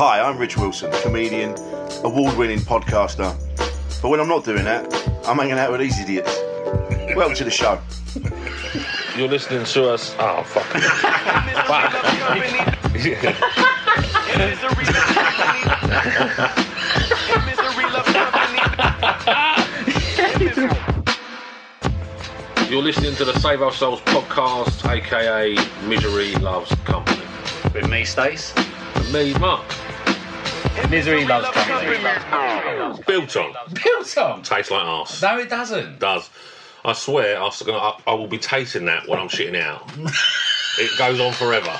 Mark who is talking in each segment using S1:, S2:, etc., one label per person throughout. S1: Hi, I'm Rich Wilson, comedian, award winning podcaster. But when I'm not doing that, I'm hanging out with these idiots. Welcome to the show.
S2: You're listening to us. Oh, fuck. fuck. You're listening to the Save Our Souls podcast, aka Misery Loves Company.
S3: With me, Stace.
S2: And me, Mark.
S3: Misery loves company.
S2: Built on.
S3: Built on.
S2: Tastes like arse.
S3: No, it doesn't.
S2: does. I swear, I was gonna, I, I will be tasting that when I'm shitting out. it goes on forever.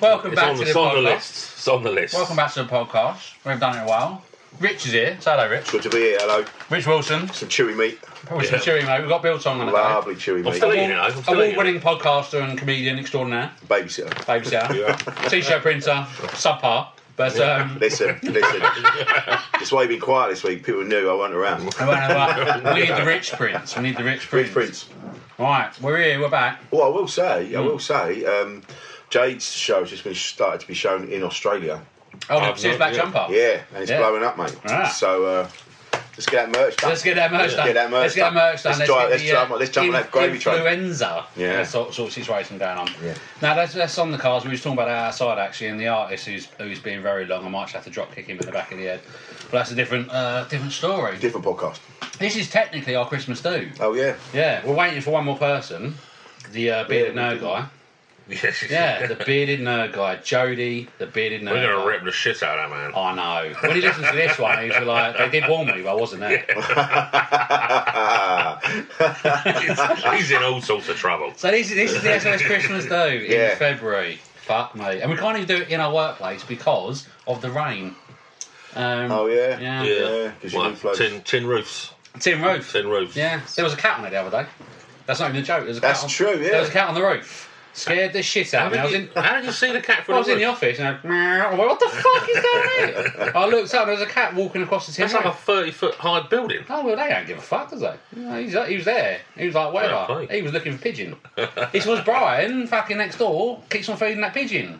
S3: Welcome
S2: It's
S3: back
S2: on the,
S3: to the
S2: it's on the
S3: podcast.
S2: list. It's on the list.
S3: Welcome back to the podcast. We haven't done it in a while. Rich is here. Say hello, Rich.
S1: Good to be here. Hello.
S3: Rich Wilson.
S1: Some chewy meat.
S3: Probably some
S2: Yeah.
S3: cheery, mate. We've got Bill Song on the go.
S1: Lovely chewy
S2: I'm
S1: meat.
S2: still eating it. I'm still eating
S3: Award-winning
S2: it.
S3: podcaster and comedian extraordinaire,
S1: Babysitter.
S3: babysitter, t-shirt printer, subpar. But um,
S1: Listen, listen. That's why you've been quiet this week. People knew I wasn't around.
S3: I won't have a- we need the rich prince. We need the rich prince.
S1: Prince Prince.
S3: Right, we're here. We're back.
S1: Well, I will say,
S3: Hmm.
S1: I will say, um, Jade's show has just been started to be shown in Australia.
S3: Oh,
S2: I've
S3: no, see his
S2: not-
S3: black
S2: yeah.
S3: jumper.
S1: Yeah, and it's
S3: Yeah.
S1: blowing up, mate.
S3: Ah.
S1: So uh, let's get that merch done.
S3: Let's get that merch done.
S1: Get that merch
S3: Let's get that
S1: done.
S3: merch done.
S1: Let's try-
S3: get
S1: let's
S3: the,
S1: try-
S3: uh,
S1: let's jump on that
S3: inf-
S1: gravy train.
S3: Influenza.
S1: Yeah.
S3: That sort, sort of situation going on.
S1: Yeah.
S3: Now, that's, that's on the cards. We was talking about that outside, actually, and the artist who's who's being very long. I might just have to drop kick him in the back of the head. But that's a different uh, different story.
S1: Different podcast.
S3: This is technically our Christmas do.
S1: Oh yeah.
S3: Yeah, we're waiting for one more person. The uh, bearded
S1: Yeah, we
S3: nerd guy.
S2: Yes.
S3: Yeah, the bearded nerd guy. Jody, the bearded nerd
S2: We're gonna
S3: guy.
S2: rip the shit out of that man.
S3: I know. When he listens to this one, he's like, they did warn me, but I wasn't there.
S2: He's- He's in all sorts of trouble.
S3: So this, is- this is the SOS Christmas though
S1: Yeah.
S3: in February. Fuck me, and we can't even do it in our workplace because of the rain. Um,
S1: Oh yeah.
S3: yeah.
S2: Yeah.
S1: 'cause
S2: What,
S1: you do
S2: tin, tin roofs.
S3: tin roof.
S2: Tin roofs.
S3: Yeah, there was a cat on it the other day. That's not even a joke. There was a cat
S1: That's
S3: on,
S1: true, yeah.
S3: there was a cat on the roof. Scared the shit out
S2: How
S3: of me. I was
S2: did,
S3: in,
S2: you, how did you see the cat from
S3: I was
S2: the
S3: in
S2: roof?
S3: the office and I, I went, what the fuck is going on here? I looked up and there was a cat walking across the tin
S2: That's like a
S3: roof.
S2: thirty foot high building.
S3: Oh well, they don't give a fuck, does they? No, he's, he was there. He was like, whatever.
S2: Fair play.
S3: He was looking for pigeon. this was Brian, fucking next door, keeps on feeding that pigeon.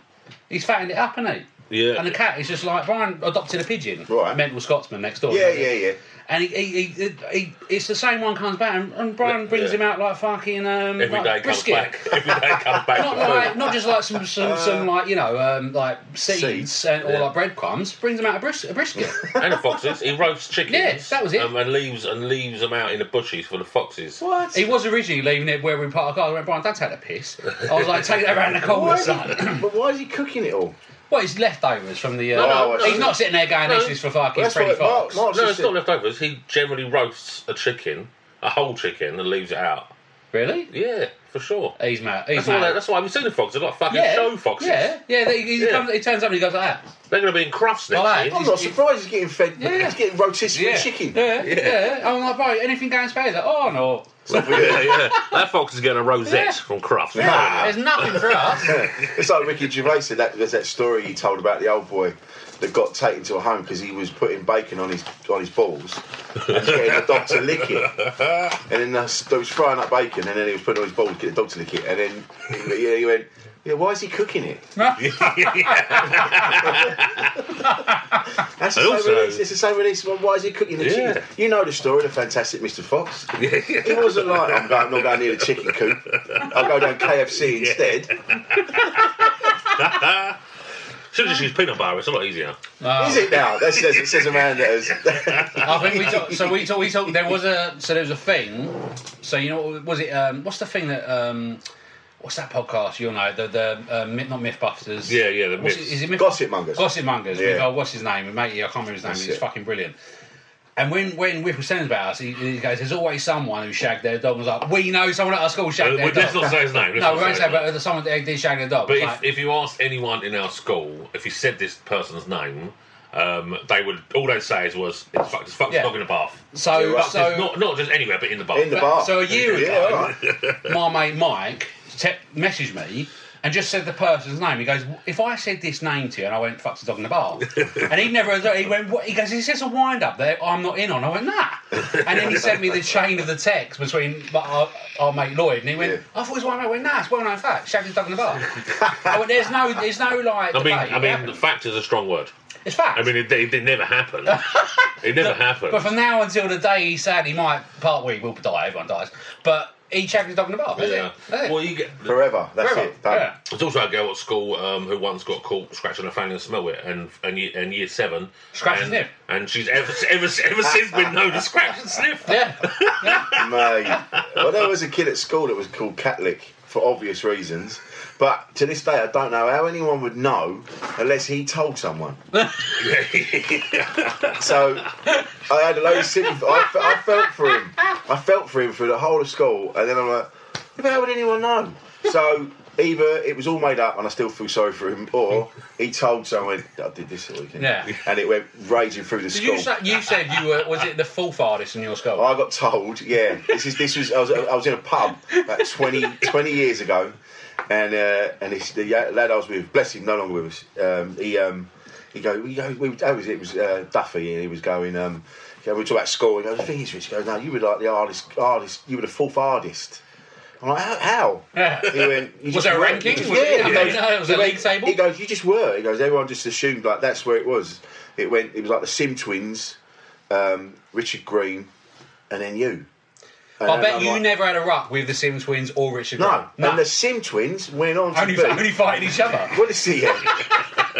S3: He's fattened it up, isn't he?
S2: Yeah.
S3: And the cat is just like Brian adopted a pigeon.
S1: Right.
S3: Mental Scotsman next door.
S1: Yeah,
S3: isn't he?
S1: yeah, yeah.
S3: And he, he, he, he, it's the same one comes back, and, and Brian brings
S2: Yeah.
S3: him out like fucking um,
S2: Every
S3: like
S2: day comes
S3: brisket.
S2: back. Every day comes back
S3: Not
S2: for food.
S3: like, not just like some some, some like you know um, like seeds,
S1: Uh, Seeds.
S3: and, or
S2: Yeah.
S3: like breadcrumbs. Brings him out a, bris- a brisket.
S2: and the foxes. He roasts chickens.
S3: Yeah, that was it.
S2: Um, and leaves and leaves them out in the bushes for the foxes.
S1: What?
S3: He was originally leaving it where we parked our car. I went, Brian, don't take the piss. I was like, take that around the
S1: Why
S3: corner,
S1: is
S3: son.
S1: he, but why is he cooking it all?
S3: well, it's leftovers from the. Uh,
S1: No, no,
S3: he's
S1: no.
S3: not sitting there going, this
S2: No.
S3: is for fucking
S1: That's
S3: Freddy
S1: what Mark,
S3: Fox.
S1: Mark's
S2: No,
S1: just
S2: it's
S1: said.
S2: not leftovers. He generally roasts a chicken, a whole chicken, and leaves it out.
S3: Really?
S2: Yeah, for sure.
S3: He's mad. He's
S2: That's why.
S3: mad.
S2: That's why we've seen the foxes. They're like fucking
S3: yeah.
S2: show foxes.
S3: Yeah, yeah. He, he,
S2: Yeah.
S3: Comes, he turns up and he goes like that.
S2: They're going to be in crafts next
S3: Well,
S2: year.
S1: I'm not surprised he's getting fed.
S3: Yeah.
S1: He's getting rotisserie
S3: Yeah.
S1: chicken.
S3: Yeah, yeah. I'm like, bro, anything going space? He's Like, oh no,
S2: yeah, yeah. That fox is getting a rosette
S3: Yeah.
S2: from crafts.
S1: Ah.
S3: there's nothing for us.
S1: It's like Ricky Gervais said that there's that story he told about the old boy that got taken to a home because he was putting bacon on his on his balls and getting the dog to lick it. And then they was throwing up bacon and then he was putting it on his balls, getting the dog to lick it. And then he, he went, Yeah, why is he cooking it? That's the
S2: I
S1: same
S2: also-
S1: release. It's the same release. Well, why is he cooking the
S2: Yeah.
S1: chicken? You know the story, the fantastic Mr. Fox. He wasn't like, I'm going, not going near the chicken coop. I'll go down KFC instead.
S2: Should have just used peanut butter. It's a lot easier.
S1: Is it now? That says it says a man that has.
S3: I think we talked. So we talked. We talked. There was a. So there was a thing. So you know, was it? Um, what's the thing that? Um, what's that podcast? You'll know the the uh, myth, not Mythbusters.
S2: Yeah, yeah, the
S3: What's it-
S2: myths.
S3: Is it Myth-
S1: Gossip Mongers.
S3: Gossip mongers.
S1: Yeah.
S3: With, oh, what's his name? Matey, I can't remember his name.
S1: That's
S3: but He's
S1: it.
S3: fucking brilliant. And when when Whipple sends about us, he, he goes, "There's always someone who shagged their dog." And was like, "We know someone at our school shagged
S2: Uh,
S3: their
S2: well, let's
S3: dog."
S2: not say his name. Let's
S3: no,
S2: not
S3: we won't
S2: say
S3: say,
S2: his
S3: but someone that did shag their dog.
S2: But
S3: Like,
S2: if, if you asked anyone in our school, if you said this person's name, um, they would all they'd say is was it's fucked, it's fucked
S3: Yeah.
S2: dog in the bath.
S3: so,
S1: Right.
S2: It's
S3: so
S2: not not just anywhere, but in the bath.
S1: In the bar.
S3: So a year
S1: yeah,
S3: ago-
S1: all right.
S3: my mate Mike te- messaged me and just said the person's name. He goes, "If I said this name to you," and I went, "Fuck the dog in the bar," and he never. He went, what? "He goes, is this a wind up that I'm not in on?" I went, "Nah," and then he sent me the chain of the text between my- our, our mate Lloyd, and he went,
S1: Yeah.
S3: "I thought it was one mate." I went, "Nah, it's well known fact. Shagged his dog in the bar." I went, "There's no, there's no like."
S2: I mean,
S3: debate.
S2: I mean,
S3: It happened.
S2: the fact is a strong word.
S3: it's fact.
S2: I mean, it, it, it never happened. It never happened.
S3: but from now until the day he sadly might part, we will die. Everyone dies, but he shagged his dog in the bar. That's
S2: yeah.
S3: it. That's it.
S2: Well, you get.
S1: Forever. That's
S3: Forever.
S1: it. Done.
S3: Yeah.
S2: There's also a girl at school um, who once got caught scratching her fanny and smell it, and and year, and year seven.
S3: Scratch
S2: and,
S3: and sniff.
S2: And she's ever ever ever since been known to scratch and sniff.
S3: yeah. yeah.
S1: Mate. Well, there was a kid at school that was called Catlick for obvious reasons. But to this day, I don't know how anyone would know unless he told someone. so I had a load of sympathy. I, fe- I felt for him. I felt for him for the whole of school. And then I'm like, "Yeah, but how would anyone know? So either it was all made up and I still feel sorry for him, or he told someone, I did this all weekend.
S3: Yeah.
S1: And it went raging through the
S3: Did
S1: school.
S3: you, say, you said you were was it the fourth artist in your school?
S1: I got told, yeah, this is this was I was, I was in a pub about 20, 20 years ago, and uh, and this, the ya- lad I was with, bless him, no longer with us. Um, he um, he go, we go, we, that was it was uh, Duffy, and he was going. Um, yeah, we were talking about school. He goes, the thing is, Rich, he goes, no, you were like the hardest, hardest, you were the fourth hardest. I'm like, how? how?
S3: Yeah.
S1: He went, you
S3: Was
S1: just
S3: there a
S1: were.
S3: ranking?
S1: He goes,
S3: Was it-
S1: yeah. He
S3: yeah.
S1: goes-
S3: No, it was
S1: he
S3: a
S1: went-
S3: league table?
S1: He goes, you just were. He goes, everyone just assumed like that's where it was. It went. It was like the Sim Twins, um, Richard Green, and then you. And
S3: I bet
S1: I'm
S3: you
S1: like,
S3: never had a ruck with the Sims twins or Richard.
S1: No,
S3: Grant.
S1: and the Sim Twins went on to
S3: only
S1: be.
S3: only fighting each other.
S1: What is the uh,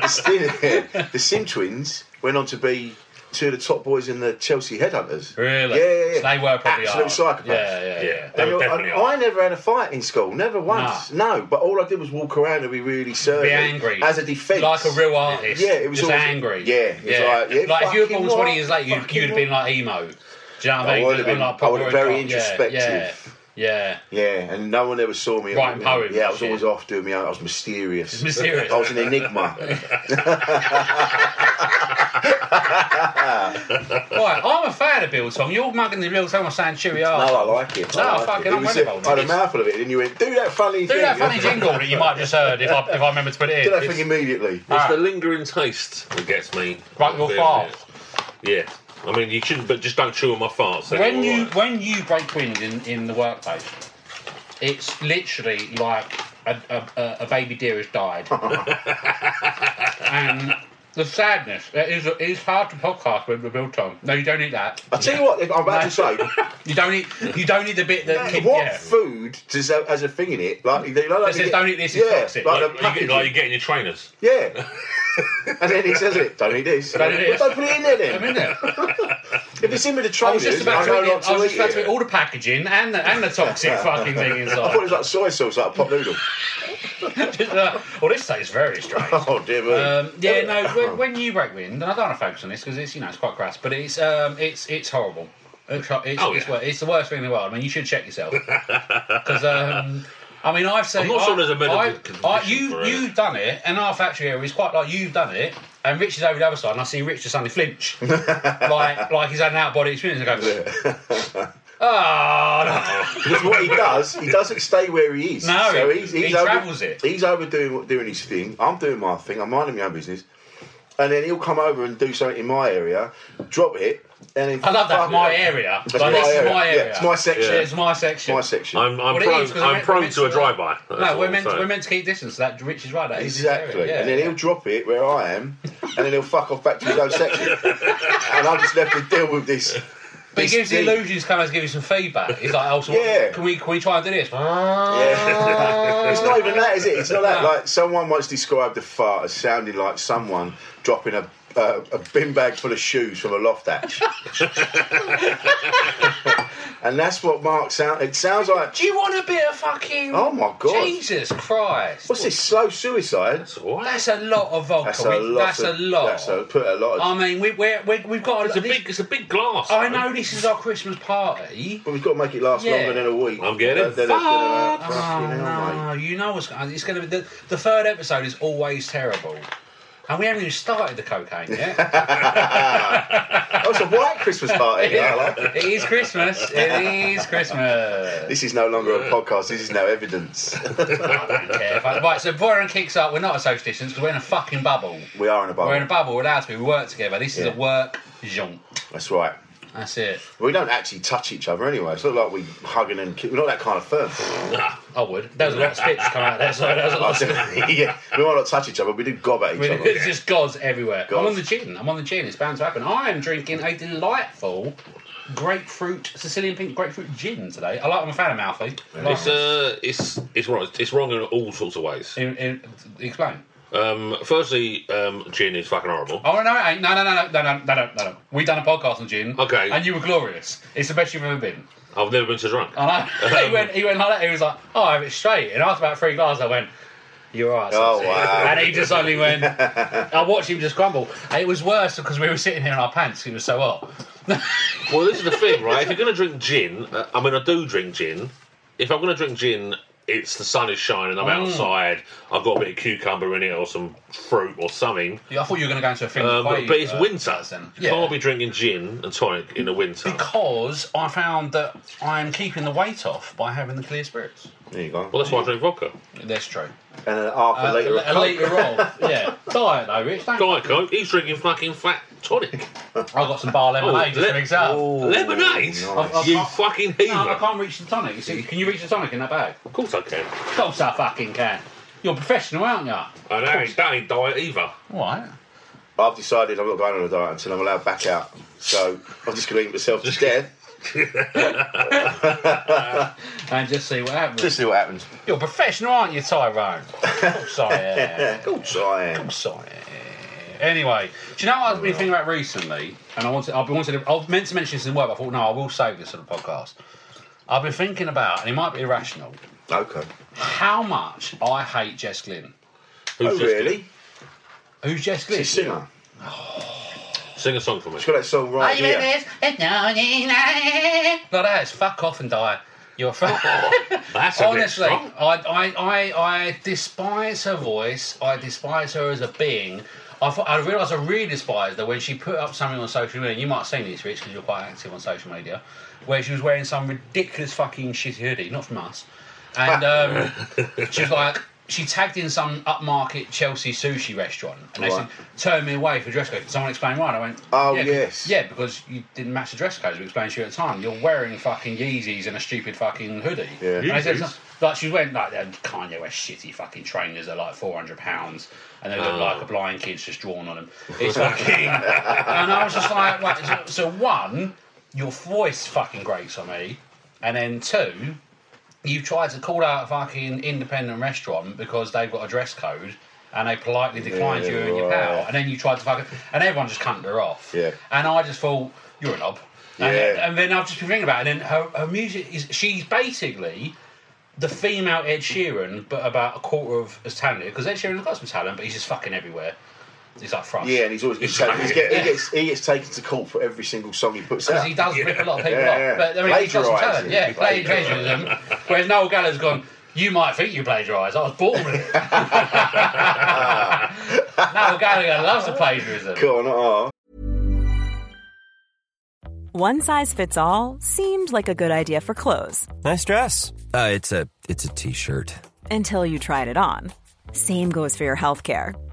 S1: the, Sim- the Sim Twins went on to be two of the top boys in the Chelsea Headhunters.
S3: Really?
S1: Yeah, yeah, yeah.
S3: So they were probably
S1: absolute
S3: hard.
S1: psychopaths.
S3: Yeah, yeah, yeah.
S2: Yeah, they
S1: And
S2: were
S1: I,
S2: definitely.
S1: I- I never had a fight in school, never once. No, but all I did was walk around and be really surly.
S3: Be angry
S1: as a defence,
S3: like a real artist.
S1: Yeah, it was
S3: just
S1: always-
S3: angry.
S1: yeah, it was like, yeah,
S3: if you were born
S1: fucking
S3: twenty years
S1: what?
S3: later, you'd,
S1: Fucking
S3: you'd have been
S1: what?
S3: like emo. Do you know what I
S1: I
S3: mean?
S1: would have
S3: And
S1: been-
S3: like
S1: I would
S3: proper
S1: have very
S3: rock, yeah,
S1: introspective.
S3: Yeah,
S1: Yeah, and no one ever saw me.
S3: Writing poems
S1: Yeah, I
S3: and
S1: was
S3: shit.
S1: always off doing my own. I was mysterious.
S3: Mysterious.
S1: I was an enigma.
S3: yeah. Right, I'm a fan of Bill Tong. You're mugging the Bill Tong and saying cheerio.
S1: No, I like it.
S3: No,
S1: I like
S3: fucking
S1: it. It was a-
S3: unbelievable.
S1: I had a mouthful of it, and you went, "Do that funny
S3: Do
S1: thing."
S3: that funny jingle that you might have just heard if I, if I remember to put it
S1: Do
S3: in.
S1: that thing immediately.
S2: It's the lingering taste that gets me.
S3: Right, your fart.
S2: Yeah. I mean, you shouldn't, but just don't chew on my farts. then
S3: when
S2: you're
S3: you
S2: alright.
S3: when you break wind in, in the workplace, it's literally like a, a- a, a baby deer has died, and the sadness it is it is hard to podcast with the Bill Tom. No, you don't eat that.
S1: I tell you what, I'm about to say.
S3: You don't eat. You don't eat the bit that. kid-
S1: What
S3: yeah.
S1: food does that, has a thing in it? Like, you know, like
S3: It says, "Don't eat this,
S1: Yeah,
S3: it's toxic."
S1: Like,
S2: like,
S1: the
S2: you get,
S1: packaging.
S2: like you're getting your trainers.
S1: yeah. and then he says it. Don't eat this.
S3: Don't eat
S1: Well,
S3: this.
S1: don't put it in there then.
S3: I'm in there.
S1: If it's in with the
S3: I
S1: trainers,
S3: was just about
S1: know
S3: to eat,
S1: not
S3: it. I was just about to
S1: it.
S3: eat all the packaging and the, and the toxic fucking thing
S1: I thought it
S3: inside.
S1: was like soy sauce, like a pot noodle.
S3: well, this tastes very strange.
S1: oh dear me.
S3: Um, yeah, no.
S2: Oh.
S3: When, when you break wind, and I don't want to focus on this because it's you know it's quite crass, but it's um, it's it's horrible. It's ho- it's,
S2: Oh,
S3: it's,
S2: yeah.
S3: wor- it's the worst thing in the world. I mean, you should check yourself because um, I mean I've seen.
S2: I'm not sure
S3: I-
S2: there's a medical
S3: I-
S2: condition
S3: I- you
S2: for it.
S3: you've done it, and our factory area is quite like you've done it. And Rich is over the other side, and I see Rich just suddenly flinch, like like he's had an out of body experience. And I go, oh no.
S1: Because what he does, he doesn't stay where he is.
S3: No,
S1: so
S3: he-
S1: he's,
S3: he
S1: he's
S3: travels it.
S1: He's overdoing doing his thing. I'm doing my thing. I'm minding my own business. and then he'll come over and do something in my area, drop it, and then
S3: I love that.
S1: fuck
S3: My
S1: it.
S3: area.
S1: That's
S3: Like,
S1: my
S3: this is
S1: area.
S3: my
S1: Yeah,
S3: area.
S1: it's my section.
S3: Yeah, It's my section.
S1: My section.
S2: I'm, I'm
S3: Well, it
S2: prone,
S3: is, 'cause
S2: I'm
S3: meant-
S2: prone
S3: meant
S2: to a
S3: uh,
S2: drive-by. that's
S3: No,
S2: all
S3: we're
S2: I'm
S3: meant,
S2: saying.
S3: we're meant to keep distance. That Rich is right. That is his
S1: Exactly.
S3: area,
S1: and then
S3: yeah.
S1: he'll drop it where I am, and then he'll fuck off back to his own section. and I'm just left to deal with this.
S3: But he
S1: this
S3: gives the
S1: deep-
S3: illusion he's coming to give you some feedback. He's like, oh, so
S1: Yeah.
S3: what, can we can we try and do this? Ah.
S1: Yeah. it's not even that, is it? It's not that. Like someone once described the fart as sounding like someone dropping a uh, a bin bag full of shoes from a loft hatch. and that's what Mark sound. It sounds like.
S3: Do you want a bit of fucking?
S1: Oh, my God.
S3: Jesus Christ!
S1: What's this? Slow suicide.
S2: That's all right.
S3: That's a lot of vodka.
S1: That's
S3: We-
S1: a lot.
S3: That's
S1: of-
S3: a lot.
S1: That's a put a lot. Of,
S3: I mean, we, we're, we we've got.
S2: It's
S3: a
S2: a
S3: this-
S2: big, it's a big glass.
S3: I
S2: though.
S3: know this is our Christmas party.
S1: but we've got to make it last
S3: Yeah.
S1: longer than a week.
S2: I'm getting
S1: Then- then- then-
S2: fucked.
S1: then- fucking hell, mate.
S3: Oh, No, Ah, you know what's going. It's going to be the, the third episode is always terrible, and we haven't even started the cocaine yet.
S1: Oh, it's a white Christmas party. I like it.
S3: it is Christmas. It is Christmas.
S1: This is no longer a podcast. This is now evidence.
S3: I don't care. Right, so Boron kicks up. We're not at social distance because we're in a fucking bubble.
S1: we are in a bubble.
S3: We're in a bubble. We're allowed to be. We work together. This is
S1: Yeah.
S3: a work jaunt.
S1: That's right.
S3: That's it.
S1: We don't actually touch each other anyway. It's not like we hugging and ki- we're not that kind of firm.
S3: I would. There was a lot of spits come out there. So there was a lot of
S1: yeah, we might not touch each other. We do gob at each
S3: It's
S1: other.
S3: just gods everywhere. I'm
S1: Gods.
S3: on the gin. I'm on the gin. It's bound to happen. I am drinking a delightful grapefruit Sicilian pink grapefruit gin today. I like. I'm a fan of Malfi. I like
S2: It's uh, it's it's wrong. It's wrong in all sorts of ways.
S3: it. In- in- explain.
S2: Um, firstly, um, gin is fucking horrible.
S3: Oh no! it ain't. No! No! No! No! No! No! No! No! no. We done a podcast on gin.
S2: Okay.
S3: And you were glorious. It's the best you've ever been.
S2: I've never been so drunk.
S3: I
S1: Um,
S3: know. he went. He went like that. He was like, "Oh, I have it straight." And after about three glasses, I went, "You're right."
S1: Oh,
S3: Susie."
S1: wow.
S3: And he just only went. I watched him just crumble. And it was worse because we were sitting here in our pants. It was so hot.
S2: Well, this is the thing, right? if you're going to drink gin, uh, I mean, I do drink gin. If I'm going to drink gin, it's the sun is shining. I'm
S3: Mm.
S2: outside. I've got a bit of cucumber in it, or some fruit, or something.
S3: Yeah, I thought you were going to go into a thing.
S2: Um,
S3: quite,
S2: but it's
S3: uh,
S2: winter.
S3: person.
S2: You
S3: Yeah.
S2: can't be drinking gin and tonic in the winter.
S3: Because I found that I am keeping the weight off by having the clear spirits.
S1: There you go.
S2: well, that's why I drink vodka.
S3: That's true.
S1: and then half a
S3: Uh,
S1: later.
S3: a litre of yeah. Diet though, Rich. Don't
S2: Diet Coke. He's drinking fucking fat tonic.
S3: I got some bar lemonade just
S2: le-
S3: to mix it up.
S1: Oh,
S2: Lemonade.
S1: nice.
S2: You fucking heathen.
S3: No, I can't reach the tonic. You see, can you reach the tonic in that bag?
S2: Of course I can.
S3: Of course I fucking can. You're a professional, aren't you?
S2: And that ain't, that ain't diet either.
S3: Alright.
S1: I've decided I'm not going on a diet until I'm allowed back out. So I'm just going to eat myself to death.
S3: And just see what happens.
S1: Just see what happens.
S3: You're a professional, aren't you, Tyrone? Oh, Of course I am. Of
S1: Cool. So I am.
S3: course I am. Anyway, do you know what I've been thinking about recently? And I wanted, I've been wanted, to, I meant to mention this in work, but I thought, no, I will save this for the podcast. I've been thinking about, and it might be irrational,
S1: Okay.
S3: how much I hate Jess Glynn.
S1: Oh,
S2: Who's just-
S1: really?
S3: Who's Jess Glynn?
S1: She's a singer.
S2: Sing a song for me.
S1: She's got that song right
S3: Like
S1: here.
S3: that, it's fuck off and die. You're a fuck.
S2: That's a bit
S3: Honestly,
S2: strong.
S3: I, I, I, I despise her voice. I despise her as a being. I, thought, I realised I really despised her when she put up something on social media. You might have seen this, Rich, because you're quite active on social media, where she was wearing some ridiculous fucking shitty hoodie, not from us. And
S2: Ah.
S3: um, she was like, she tagged in some upmarket Chelsea sushi restaurant, and they
S1: Right.
S3: said, "Turn me away for dress code." Can someone explain why? And I went,
S1: Oh,
S3: yeah, 'cause-
S1: yes.
S3: yeah, because you didn't match the dress code. We explained to you at the time. You're wearing fucking Yeezys and a stupid fucking hoodie.
S1: Yeah.
S3: And I said,
S2: Yeezys?
S3: like she went like them Kanye West shitty fucking trainers are like four hundred pounds, and they
S1: Oh.
S3: look like a blind kid's just drawn on them. It's fucking. and I was just like, wait, so, so one, your voice fucking grates on me, and then two, you've tried to call out a fucking independent restaurant because they've got a dress code. And they politely declined you and your
S1: right.
S3: pal, and then you tried to fucking, and everyone just cunted her off.
S1: Yeah.
S3: And I just thought, you're a knob. And,
S1: Yeah.
S3: and then I've just been thinking about it. And then her, her music is, she's basically the female Ed Sheeran, but about a quarter of as talented. Because Ed Sheeran's got some talent, but he's just fucking everywhere. He's like thrush.
S1: Yeah, and he's always he's taken, he's get, he, gets, he gets taken to court for every single song he puts
S3: Because
S1: out.
S3: he does rip a lot of people
S1: Yeah,
S3: off.
S1: yeah.
S3: But I mean, he's got some talent.
S1: Plagiarising.
S3: Yeah, he plagiarism. Whereas Noel Gallagher's gone, you might think you plagiarise. I was born with it. Noel Gallagher loves the plagiarism.
S1: Go on, oh.
S4: One size fits all seemed like a good idea for clothes
S5: Nice dress. Uh, it's a it's a t-shirt.
S4: until you tried it on. Same goes for your healthcare.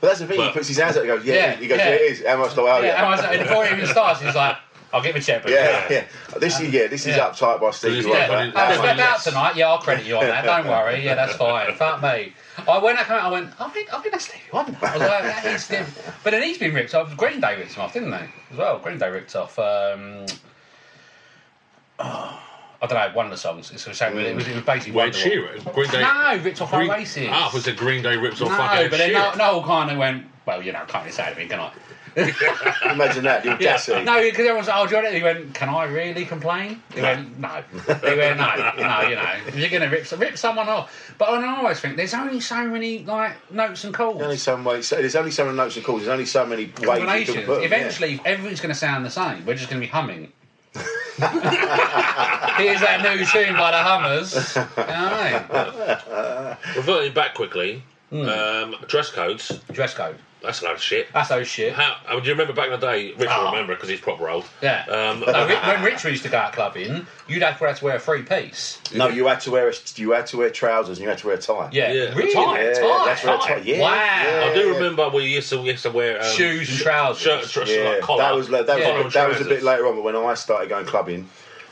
S1: But that's the thing. he
S2: But-
S1: puts his hands up. and goes, yeah.
S3: Yeah,
S1: he goes,
S3: yeah.
S1: yeah, it is. How much do I owe you?
S3: Yeah, and I was, and before it even starts, he's like, I'll get my checkbook.
S1: Yeah, yeah. This is yeah. This is
S3: Yeah.
S1: uptight by Stevie
S2: Yeah.
S1: Wonder.
S3: Yeah,
S2: Right,
S3: I
S2: right.
S3: I
S1: That's
S2: That's
S1: what-
S3: went
S2: right.
S3: out tonight. Yeah, I'll credit you on that. Don't worry. Yeah, that's fine. Fuck me. I when I come out, I went. I think I think that's Stevie Wonder. I was like, that is Stevie. But then he's been ripped off. Green Day ripped him off, didn't they? As well, Green Day ripped off. Um, I don't know. One of the songs. It's the same. It was, it was basically.
S2: Where
S3: Wonderwall.
S2: Sheeran, Green Day.
S3: No, ripped off
S2: Green,
S3: by Oasis.
S2: Ah, was it Green Day rips off
S3: no,
S2: fucking
S3: but then
S2: Sheeran?
S3: Noel kind of went. Well, you know, I can't really say anything, can I?
S1: Imagine that. The
S3: Yeah.
S1: audacity.
S3: No, because everyone was like, oh, do you want it? He went, can I really complain? He went, no. He went, no, no, you know, if you're going to rip, some- rip someone off. But I always think there's only so many, like, notes and calls.
S1: There's only some way. so- There's only so many notes and calls. There's only so many ways. you can
S3: combinations.
S1: put 'em, yeah.
S3: Eventually, everything's going to sound the same. We're just going to be humming. Here's that new tune by the Hummers. Aye.
S2: Reverting back quickly,
S3: Hmm.
S2: um, dress codes.
S3: Dress code.
S2: That's a load of shit.
S3: That's those shit.
S2: How, I mean, do you remember back in the day? Rich
S3: Oh.
S2: will remember because he's proper old.
S3: Yeah.
S2: Um,
S3: No, Ri- when Richard used to go out clubbing, you'd have to wear a three piece.
S1: No, you had to wear a, you had to wear trousers and you had to wear a tie.
S3: Yeah.
S2: Yeah.
S3: Really?
S2: Tie,
S1: yeah,
S3: Tie,
S1: that's right,
S3: tie.
S1: tie, yeah,
S3: Wow.
S1: yeah.
S2: I do remember we used to, we used to wear um,
S3: Shoes and trousers.
S2: Shirt, tr-
S1: Yeah,
S2: like collar,
S1: that was that was,
S2: collar
S1: that
S2: and
S1: was a bit
S2: trousers.
S1: later on. But when I started going clubbing,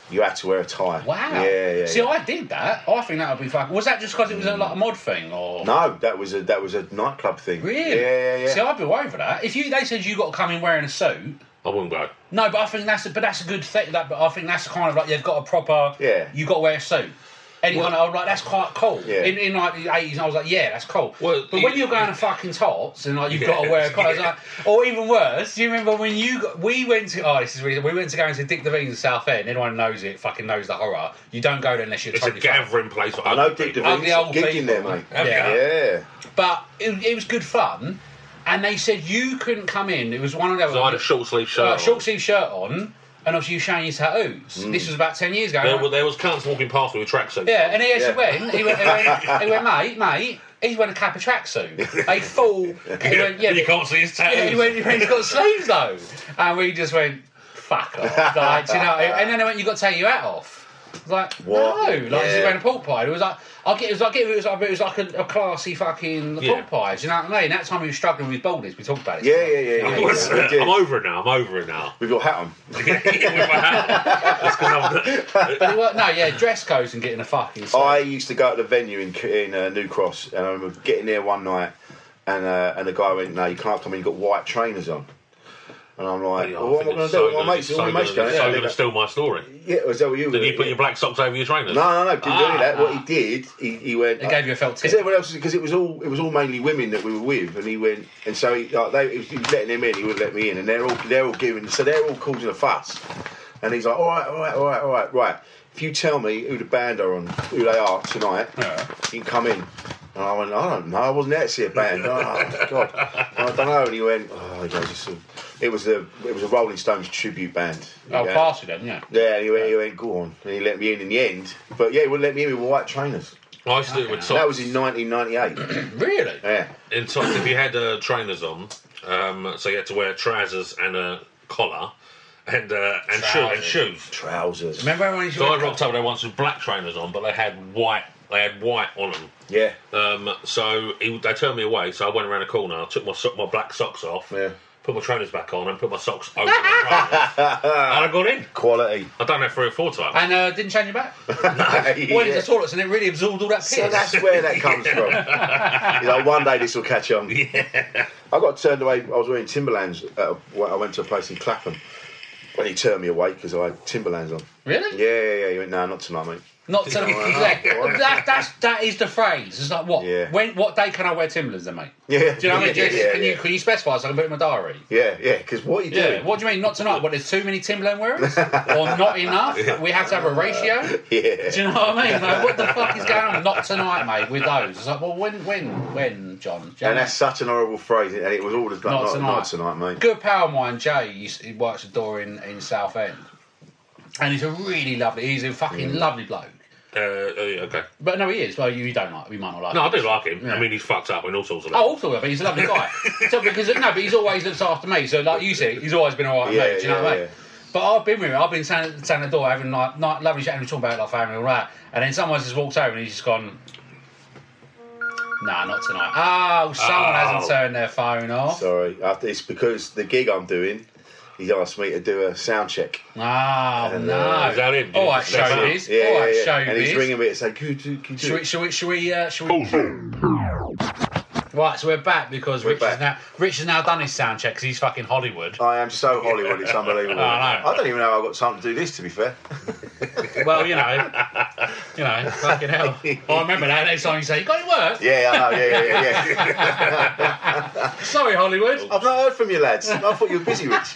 S1: you had to wear a tie.
S3: Wow.
S1: Yeah, yeah.
S3: See,
S1: yeah.
S3: I did that. I think that would be fucking. Was that just because it was a, like a mod thing or?
S1: no, that was a that was a nightclub thing.
S3: Really?
S1: Yeah, yeah, yeah.
S3: See, I'd be worried for that. If you they said you got to come in wearing a suit.
S2: I wouldn't go.
S3: No, but I think that's a, but that's a good thing. That, but I think that's kind of like you've got a proper.
S1: Yeah.
S3: You got to wear a suit. Anyone, I was like, that's quite cool.
S1: Yeah.
S3: In, in like the eighties, I was like, yeah, that's cool.
S2: Well,
S3: but
S2: you-
S3: when you're going to fucking tots and like you've got to
S2: Yeah.
S3: wear a collar, it's like, or even worse, do you remember when you got, we went to? Oh, this is really we went to go into Dick Devine's in Southend. Anyone knows it, fucking knows the horror. You don't go there unless you're
S2: It's a
S3: totally fucked.
S2: gathering place for
S1: I know Dick
S2: people.
S3: Ugly old
S1: DeVito gigged in there,
S3: people.
S1: mate.
S3: Yeah.
S1: yeah.
S3: But it, it was good fun. And they said you couldn't come in. It was one of those.
S2: So I had a short sleeve shirt.
S3: uh,
S2: on.
S3: short sleeve shirt on, and obviously you showing your tattoos. This was about ten years ago.
S2: There, were- there was cunts walking past me with tracksuits.
S3: yeah, and he actually
S1: Yeah.
S3: went. He went, he went, he went, mate, mate. He's wearing a Kappa tracksuit. A full. He went, yeah,
S2: But you can't see his tattoos.
S3: yeah, he went, he went, he's got sleeves though, and we just went, fuck off. Like, do you know, and then I went, you got to take your hat off. Like
S1: What?
S3: no, like this is
S1: Yeah.
S3: wearing a pork pie. It was like I get, it was like it was like, it was like a, a classy fucking
S2: Yeah.
S3: pork pie. Do you know what I mean? That time we were struggling with baldness. We talked about it.
S1: Yeah, yeah, yeah, yeah,
S2: It was-
S1: yeah.
S2: I'm over it now. I'm over it now.
S1: With your hat on.
S2: With my hat. That's 'cause I'm-
S3: But it, wa- no, yeah, dress codes and getting a fucking. oh, sleeve.
S1: I used to go to the venue in in uh, New Cross, and I remember getting there one night, and uh, and the guy went, "No, you can't come in. You've got white trainers on." And I'm like,
S2: Yeah,
S1: well, "What am I
S2: think
S1: going
S2: it's
S1: to do?
S2: so
S1: All my
S2: good-
S1: mates,
S2: so
S1: all my mates
S2: good-
S1: going." out."
S2: So you're
S1: They
S2: going to
S1: go,
S2: steal my story.
S1: Yeah, was that what you?
S2: Did you
S1: were-
S2: put your black socks over your trainers?
S1: No, no, no. Didn't
S2: Ah,
S1: do that. What
S3: ah.
S1: he did, he, he went.
S3: They gave you a felt
S1: Because
S3: tip.
S1: everyone else, because it was all it was all mainly women that we were with, and he went, and so he, like, they, he was letting them in, he wouldn't let me in, and they're all they're all giving, so they're all causing a fuss. And he's like, all right, all right, all right, all right, right. If you tell me who the band are on, who they are tonight, you can come in. And I went, I don't know, I wasn't there to see a band. oh God, I don't know. And he went, oh, he goes, "It's a- it was the it was a Rolling Stones tribute band.
S3: Oh,
S1: Yeah.
S3: classy then, yeah.
S1: Yeah, and he went, he went, go on. And he let me in in the end. But yeah, he wouldn't let me in with white trainers.
S2: I used to do it with
S1: And that
S2: socks.
S1: was in 1998.
S3: Really?
S1: yeah.
S2: In socks, if you had uh, trainers on, um, so you had to wear trousers and a collar, and uh, and, shoe, and
S3: Trousers.
S2: shoes.
S1: Trousers.
S3: Remember everyone used to
S2: So I
S3: wear-
S2: rocked up there once with black trainers on, but they had white. They had white on them.
S1: Yeah.
S2: Um, so he, they turned me away. So I went around a corner. I took my so- my black socks off.
S1: Yeah.
S2: Put my trainers back on and put my socks over my trainers, and I got in.
S1: Quality.
S2: I done that three or four times.
S3: And uh, didn't change your back. Went into
S1: Yeah.
S3: the toilets and it really absorbed all that piss.
S1: So that's where that comes from. You know, one day this will catch on. I got turned away. I was wearing Timberlands. At a, when I went to a place in Clapham. Well, he turned me away because I had Timberlands on.
S3: Really?
S1: Yeah, yeah, yeah. He went, no, not tonight, mate.
S3: Not to exactly. that, that's, that is the phrase. It's like what?
S1: Yeah.
S3: When? What day can I wear Timberlands then, mate?
S1: Yeah.
S3: Do you know what I mean?
S1: Yeah,
S3: Just-
S1: yeah,
S3: can
S1: yeah.
S3: you can you specify so I can put it in my diary?
S1: Yeah, yeah. Because what are you
S3: Yeah.
S1: doing?
S3: What do you mean? Not tonight? What? There's too many Timberland wearers, or not enough? We have to have a ratio.
S1: Yeah.
S3: Do you know what I mean? Like, what the fuck is going on? Not tonight, mate. With those, it's like, well, when, when, when, John? Do you know what I
S1: And
S3: mean?
S1: that's such an horrible phrase, and it was all just like,
S3: Not
S1: not,
S3: tonight.
S1: not tonight, mate.
S3: good pal of mine, Jay, he s- he works a door in, in Southend, and he's a really lovely. He's a fucking
S1: Mm.
S3: lovely bloke.
S2: Uh, uh, okay.
S3: But no, he is. Well, you, you don't like. We might not like.
S2: No, I
S3: him.
S2: do like him.
S3: Yeah.
S2: I mean, he's fucked up in all sorts of.
S3: Oh, also, but he's a lovely guy. so because no, but he's always looked after me. So like you said, he's always been alright,
S1: Yeah,
S3: mate. Do you know what I
S1: yeah,
S3: mean?
S1: yeah.
S3: But I've been with him. I've been standing, standing at the door having like, night, lovely chat, and we're talking about like family and all that. And then someone's just walked over and he's just gone. Nah, not tonight. Oh, someone hasn't
S2: Oh.
S3: turned their phone off.
S1: Sorry, I- it's because the gig I'm doing. He asked me to do a sound check.
S3: Oh, no.
S1: uh,
S2: is that him?
S3: All right,
S2: That's him.
S3: showbiz.
S1: Yeah,
S3: All
S1: yeah,
S3: right,
S1: yeah.
S3: showbiz.
S1: And he's ringing me to say, "Can you do, can you do
S3: Should we,
S1: it?"
S3: should we, should we, uh, should we... Right, so we're back because Rich
S1: back.
S3: has now Rich has now done his sound check because he's fucking Hollywood.
S1: I am so Hollywood, it's unbelievable.
S3: Oh, I know.
S1: don't even know I've got time to do this, to be fair.
S3: well, you know, you know, fucking hell. Oh, I remember that next time you say you got it worse.
S1: Yeah, I know, yeah, yeah, yeah. yeah.
S3: Sorry, Hollywood.
S1: I've not heard from you, lads. I thought you were busy, Rich.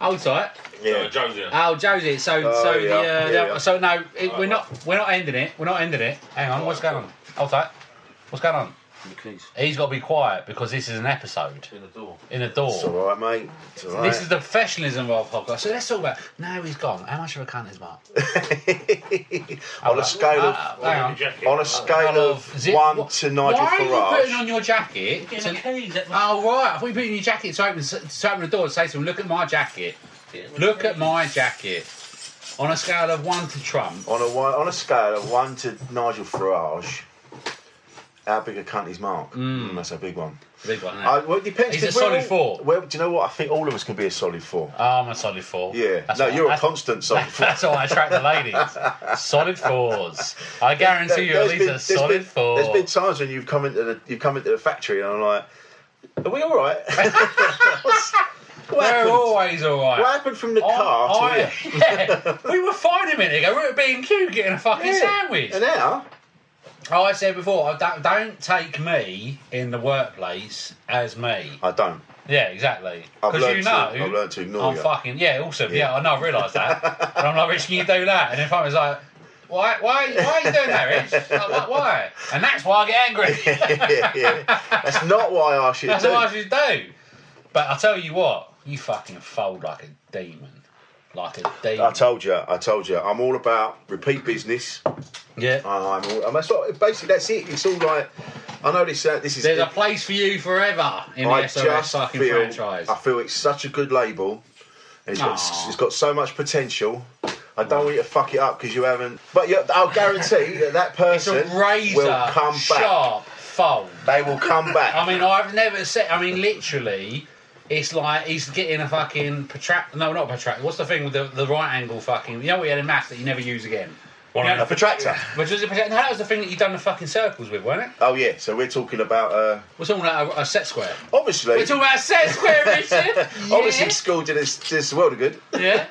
S3: Hold tight.
S2: Uh,
S1: Yeah.
S2: Josie.
S3: Oh, Josie. So, so
S1: yeah,
S3: the, uh,
S1: yeah,
S3: the-
S1: yeah.
S3: so no, it, we're not we're not ending it. We're not ending it. Hang on, what's going on? Hold tight. What's going on? He's got to be quiet because this is an episode
S2: in the door.
S3: in a door.
S1: It's all right, mate. It's all right.
S3: This is the professionalism of our podcast. So let's talk about. Now he's gone. How much of a cunt is Mark?
S1: on a scale of
S3: Uh, hang on.
S1: on a scale of
S3: Is it-
S1: one
S3: what-
S1: to
S3: Why
S1: Nigel
S3: are you putting
S1: Farage.
S3: on your jacket?
S6: Getting
S3: to-
S6: the keys at my-
S3: oh right, I thought you put it in your jacket to open, to open the door and say to him, "Look at my jacket. Look at my jacket." On a scale of one to Trump,
S1: On a one, on a scale of one to Nigel Farage, how big a cunt is Mark? Mm. that's a big one.
S3: big one.
S1: I,
S3: innit?
S1: well, it depends.
S3: He's a
S1: 'cause we're
S3: solid
S1: all-
S3: four.
S1: Well, do you know what? I think all of us can be a solid four.
S3: Oh, I'm a solid four.
S1: Yeah.
S3: That's
S1: no,
S3: what I-
S1: you're a
S3: that's-
S1: constant solid four.
S3: That's how I attract the ladies. solid fours. I guarantee you, at
S1: There's
S3: least
S1: been-
S3: a
S1: there's
S3: solid
S1: been-
S3: four.
S1: There's been times when you've come into the you've come into the factory and I'm like, are we all right? What's- what,
S3: We're
S1: happened?
S3: always all right.
S1: what happened from the car to
S3: I,
S1: here?
S3: yeah, we were fine a minute ago. We were at B and Q getting a fucking
S1: Yeah,
S3: sandwich.
S1: An hour.
S3: Oh, I said before, I don't, don't take me in the workplace as me.
S1: I don't.
S3: Yeah, exactly.
S1: I've
S3: Because you
S1: learned to-
S3: know,
S1: I've learned to ignore
S3: I'm
S1: you.
S3: fucking yeah, awesome. Yeah, I know. I realised that, and I'm like, Rich, can you do that? And if I was like, why, why, why are you doing that, Rich? I'm like, why? And that's why I get angry.
S1: yeah, yeah. That's not why I should
S3: that's
S1: do.
S3: what I should do. But I tell you what, you fucking fold like a demon, like a demon.
S1: I told you, I told you, I'm all about repeat business.
S3: yeah.
S1: I'm all, and that's what, basically that's it. It's all like, I know this. Uh, this is.
S3: There's a place for you forever in the
S1: I
S3: SOS fucking
S1: feel,
S3: franchise.
S1: I feel it's such a good label. And it's got,
S3: Aw.
S1: it's got so much potential. I don't want you to fuck it up because you haven't. But you, I'll guarantee that that
S3: It's a
S1: person
S3: razor
S1: will come back.
S3: sharp fold.
S1: They will come back.
S3: I mean, I've never said. I mean, literally, it's like he's getting a fucking protract. No, not protract. What's the thing with the, the right angle? Fucking. You know what you had in maths that you never use again.
S2: One
S3: Yeah.
S2: of
S1: a
S2: the-
S1: protractor.
S3: Which was a protract- no, that was the thing that you done the fucking circles with, wasn't it?
S1: Oh yeah. So we're talking about. Uh,
S3: We're talking about a, a set square.
S1: obviously.
S3: We're talking about a set square, Richard.
S1: Obviously,
S3: yeah.
S1: school did us, did us the world of good.
S3: yeah.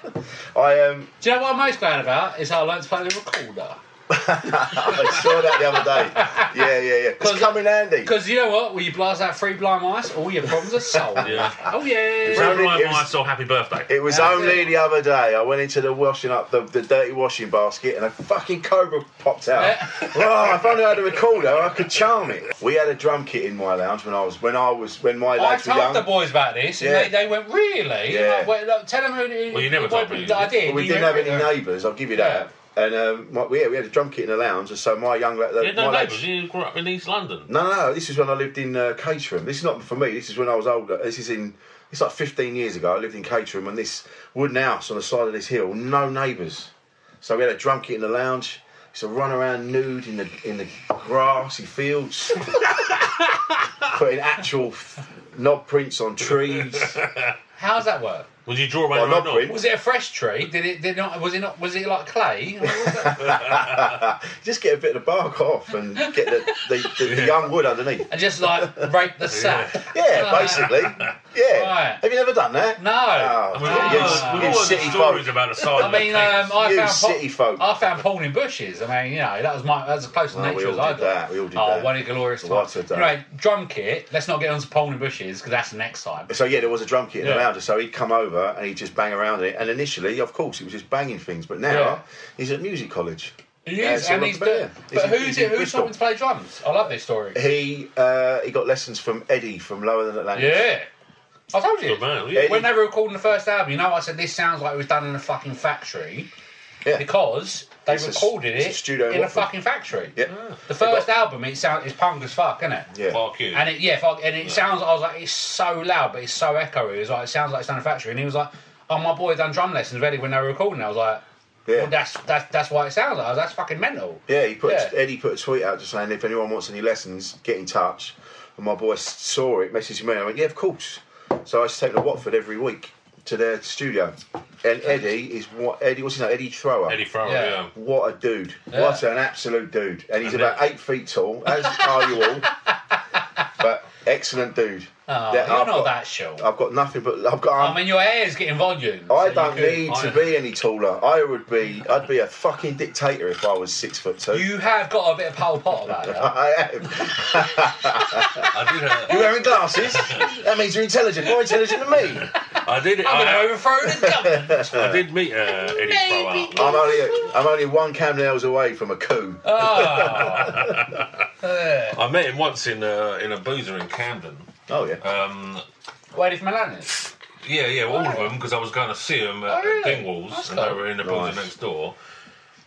S1: I um,
S3: Do you know what I'm most glad about is I learned to play the recorder.
S1: I saw that the other day. Yeah, yeah, yeah. It's coming handy.
S3: Because you know what? When you blast that free blind mice, all your problems are solved.
S2: Yeah.
S3: Oh, yeah.
S1: Right.
S2: Round my
S1: it was-
S2: mind, so happy birthday.
S1: It was
S3: That's
S1: only
S3: it.
S1: the other day I went into the washing up the, the dirty washing basket and a fucking cobra popped out.
S3: Yeah.
S1: oh, if only I had a recorder, I could charm it. We had a drum kit in my lounge when I was when I was when my
S3: I
S1: lads were
S3: told
S1: young.
S3: the boys about this, and
S1: Yeah.
S3: they, they went, Really?
S1: Yeah.
S3: Like, well, look, tell them who. who-
S2: Well, you never
S3: what-
S2: told me.
S3: I did.
S1: But we
S3: You
S1: didn't
S3: went,
S1: have any
S3: "Really?"
S1: neighbours. I'll give you that. And um, my, we, yeah, we had a drum kit in the lounge, and so my young la- the-
S2: You had no
S1: my
S2: neighbours. You grew up in East London.
S1: No, no, no. This is when I lived in uh, Caterham. This is not for me. This is when I was older. This is in. It's like 15 years ago. I lived in Caterham, and this wooden house on the side of this hill, no neighbours. So we had a drum kit in the lounge. Used to run around nude in the in the grassy fields, putting actual f- knob prints on trees.
S3: How's that work?
S2: Would you draw around
S1: Well,
S2: your own
S1: not
S2: knob?
S1: really.
S3: Was it a fresh tree? Did it? Did not? Was it not? Was it like clay? What was that?
S1: Just get a bit of bark off and get the, the, the, the young wood underneath.
S3: and just like rape the sack.
S1: Yeah, basically. Yeah.
S3: Right.
S1: Have you never done that?
S3: No.
S1: Oh,
S2: We've
S3: Ah.
S1: you-
S2: all- we've
S1: you
S2: all heard the
S1: city
S2: stories
S1: folk.
S2: about the size
S3: I mean, um, I
S1: You
S3: found
S1: city folk.
S3: I found Paul in bushes. I mean, you know, that was my that was as close to
S1: Well, we
S3: nature
S1: all
S3: as I
S1: did
S3: got.
S1: that, we all did
S3: oh,
S1: that.
S3: what a glorious time!
S1: What a day.
S3: Anyway, drum kit. Let's not get onto Paul in bushes because that's the next time.
S1: So yeah, there was a drum kit in the
S3: Yeah.
S1: lounger, so he'd come over and he'd just bang around it. And initially, of course, he was just banging things, but now
S3: Yeah.
S1: he's at music college.
S3: He
S1: Yeah,
S3: is,
S1: so
S3: and
S1: look
S3: he's
S1: about
S3: doing.
S1: here. He's
S3: But
S1: in-
S3: who's
S1: he's in
S3: it? Who's
S1: Bristol.
S3: taught him to play drums? I love this story.
S1: He uh, he got lessons from Eddie from Lower Than Atlantic.
S3: Yeah. I told you.
S2: Good man, yeah.
S3: When they were recording the first album, you know, I said this sounds like it was done in a fucking factory
S1: Yeah.
S3: because they
S1: It's a s-
S3: recorded
S1: it's a
S3: it
S1: studio in
S3: in a
S1: Watford.
S3: fucking factory.
S1: Yeah.
S3: The first album, it sound it's punk as fuck, isn't it?
S1: Yeah.
S2: Fuck you.
S3: And it, yeah, fuck, and it sounds. I was like, it's so loud, but it's so echoey. It was like, it sounds like it's done in a factory. And he was like, oh, my boy done drum lessons ready when they were recording. I was like,
S1: Yeah.
S3: well, that's that's that's why it sounds like. I was, that's fucking mental.
S1: Yeah, he put
S3: Yeah.
S1: Eddie put a tweet out just saying if anyone wants any lessons, get in touch. And my boy s- saw it, messaged me, and I went, yeah, of course. So I used to take him to Watford every week to their studio. And Eddie is what Eddie what's his name? Eddie Thrower.
S2: Eddie Farrell,
S3: Yeah.
S2: yeah.
S1: What a dude! What an absolute dude! And he's about eight feet tall, as are you all. But excellent dude.
S3: Oh,
S1: Yeah,
S3: you're
S1: I've
S3: not
S1: got,
S3: that short.
S1: I've got nothing but I've got.
S3: I mean, your hair's getting volume. so
S1: I
S3: you
S1: don't
S3: could-
S1: need
S3: I-
S1: to be any taller. I would be. I'd be a fucking dictator if I was six foot two.
S3: You have got a bit of Pol Pot about that.
S1: I am.
S2: I did. Uh,
S1: You're wearing glasses. that means you're intelligent. More intelligent than me.
S2: I did.
S3: I'm going
S2: I-
S3: to overthrow the government.
S2: I did meet uh, Eddie Thrower.
S1: I'm only. I'm only one Cam nails away from a coup.
S2: I met him once in uh, in a boozer in Camden.
S1: oh yeah.
S3: Uh,
S2: Um,
S3: Where did Melanis?
S2: yeah, yeah, all of them because I was going to see them at,
S3: Oh, really?
S2: at Dingwalls
S3: That's
S2: and they
S3: cool.
S2: were in the
S1: Nice.
S2: boozer next door.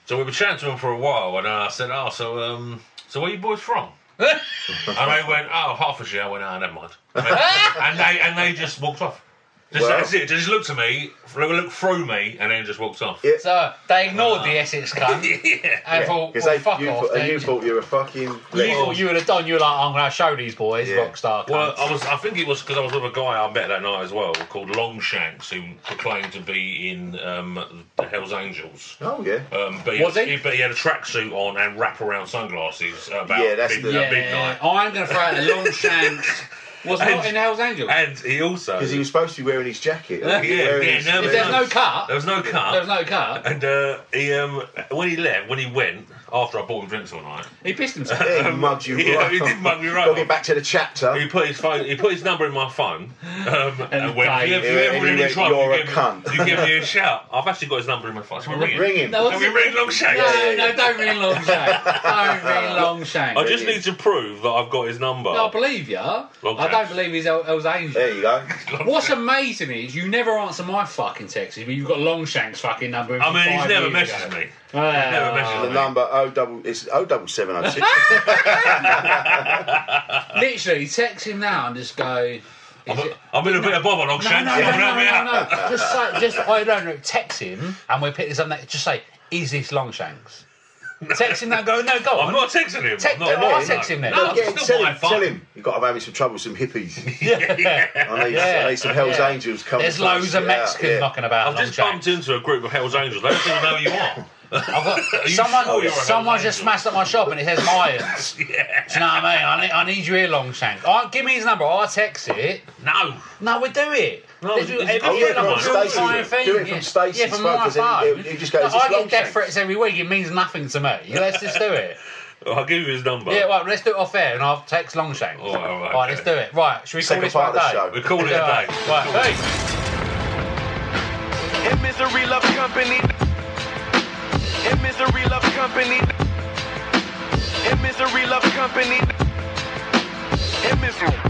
S2: So we were chatting to them for a while and I said, "Oh, so um, so where you boys from?" and they went, "Oh, Hertfordshire." I went, "Ah, never mind." and they and they just walked off. Just
S1: Well-
S2: that's it. They just looked at me, looked through me, and then just walked off.
S1: Yeah.
S3: So they ignored the Essex cunt and thought,
S1: Because
S3: well,
S1: they,
S3: fuck
S1: you,
S3: off.
S1: thought, and
S3: then.
S1: you thought you were a fucking.
S3: You
S1: legend.
S3: thought you were the don. You were like, I'm going to show these boys
S1: Yeah.
S3: rock star cunts.
S2: Well, I was. I think it was because I was with a guy I met that night as well, called Longshanks, who proclaimed to be in um, the Hell's Angels.
S1: Oh yeah.
S3: Uh,
S2: Um, but
S3: Was
S2: had,
S3: he?
S2: But he had a tracksuit on and wraparound sunglasses. About
S1: Yeah,
S2: yeah,
S1: that's the-
S3: yeah.
S2: midnight.
S3: I'm going to throw out a long chance. Was not
S2: And-
S3: in Hell's Angels.
S2: And he also.
S1: Because he was supposed to be wearing his jacket.
S3: Yeah,
S1: He was
S2: yeah,
S1: wearing
S2: yeah,
S1: his-
S2: no,
S3: if there's no cut,
S2: There was no car.
S3: there was no car.
S2: And uh, he, um, when he left, when he went after I bought him drinks all night,
S3: He pissed himself.
S1: Yeah, he mugged you
S2: Yeah,
S1: right
S2: he
S1: off.
S2: did mug me right
S1: Got to
S2: off.
S1: get back to the chapter.
S2: He put his phone. He put his number in my phone. Um, and,
S3: And
S2: when
S3: died.
S2: if you
S1: Yeah,
S2: ever
S1: and
S2: were
S1: he
S2: in
S1: went,
S2: trouble,
S1: "You're a
S2: you, gave,
S1: cunt."
S2: you give me a shout. I've actually got his number in my phone. Shall we ring,
S1: Ring
S2: it?
S1: him.
S3: No,
S2: Shall we ring long Shake?
S3: No, no, don't ring long shank. Don't ring long shank.
S2: I just need to prove that I've got his number.
S3: No, I believe you. I don't
S2: Shanks.
S3: believe he's Hell- Hell's Angels.
S1: There you go.
S3: What's amazing is you never answer my fucking texts, but you've got Longshank's fucking number.
S2: I mean, he's
S3: five
S2: never
S3: years
S2: messaged
S3: ago.
S2: me.
S3: Ah.
S2: never messaged
S1: The
S2: me.
S1: number O double it's O double seven O six.
S3: Literally, text him now and just go. is it-
S2: I'm in a bit of bother, long
S3: No,
S2: Shanks.
S3: no,
S2: You
S3: no,
S2: wanna help me
S3: no,
S2: out?
S3: no, no. Just say, just I don't know. Text him, and we'll pick this up next. Just say, is this Longshanks? Text him now. Go no, go
S2: I'm
S3: on.
S2: not texting him.
S3: Text-
S2: I'm not,
S3: Oh, I'll
S2: no.
S3: text him then.
S2: No,
S3: Look,
S2: I'm
S1: Get him,
S2: still
S1: tell
S2: my
S1: him, tell
S2: phone.
S1: him. You've got to have me some trouble with some hippies.
S2: Yeah.
S1: I need,
S3: Yeah.
S1: I need some Hell's
S3: Yeah.
S1: Angels coming.
S3: There's
S1: to us.
S3: loads of
S1: Yeah,
S3: Mexicans
S1: yeah.
S3: knocking about.
S2: I've just
S3: Longshanks.
S2: bumped into a group of Hell's Angels. They don't even know who you are. Are you sure
S3: Someone,
S2: you're a
S3: someone
S2: Hell's
S3: just
S2: Angel?
S3: smashed up my shop and it says Mayans. yeah. Do you know what I mean? I need, I need you here, Longshank. I, give me his number. I'll text it.
S2: No.
S3: No, we do it.
S2: No,
S3: They do
S2: it's-
S3: every
S2: oh, yeah,
S3: year,
S2: from
S3: like, do
S2: Stacey's.
S3: my thing,
S1: Do it from
S3: yeah.
S1: Stacey's
S3: Yeah, from
S1: phone,
S3: my
S1: 'cause it-
S3: phone.
S1: it- it just goes, it's
S3: I
S1: long
S3: get death
S1: shake.
S3: threats every week. It means nothing to me. Let's just do it.
S2: I'll give you his number.
S3: Yeah, well, let's do it off air, and I'll text Longshank.
S2: All right, all right,
S3: Right, let's
S2: okay.
S3: do it. Right, should we
S1: Second
S3: call this
S1: part
S3: one
S1: of the show.
S3: day?
S2: We're calling it a
S3: Yeah,
S2: day.
S3: Right,
S2: We're calling it a
S3: hey.
S6: In misery, love company. In misery, love company. In misery, love company. In misery.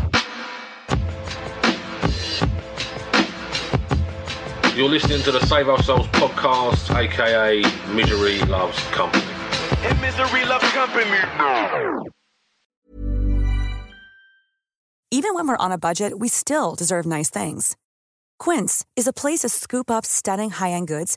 S2: You're listening to the Save Our Souls podcast, aka Misery Loves Company.
S6: In misery, love company.
S4: Even when we're on a budget, we still deserve nice things. Quince is a place to scoop up stunning high end goods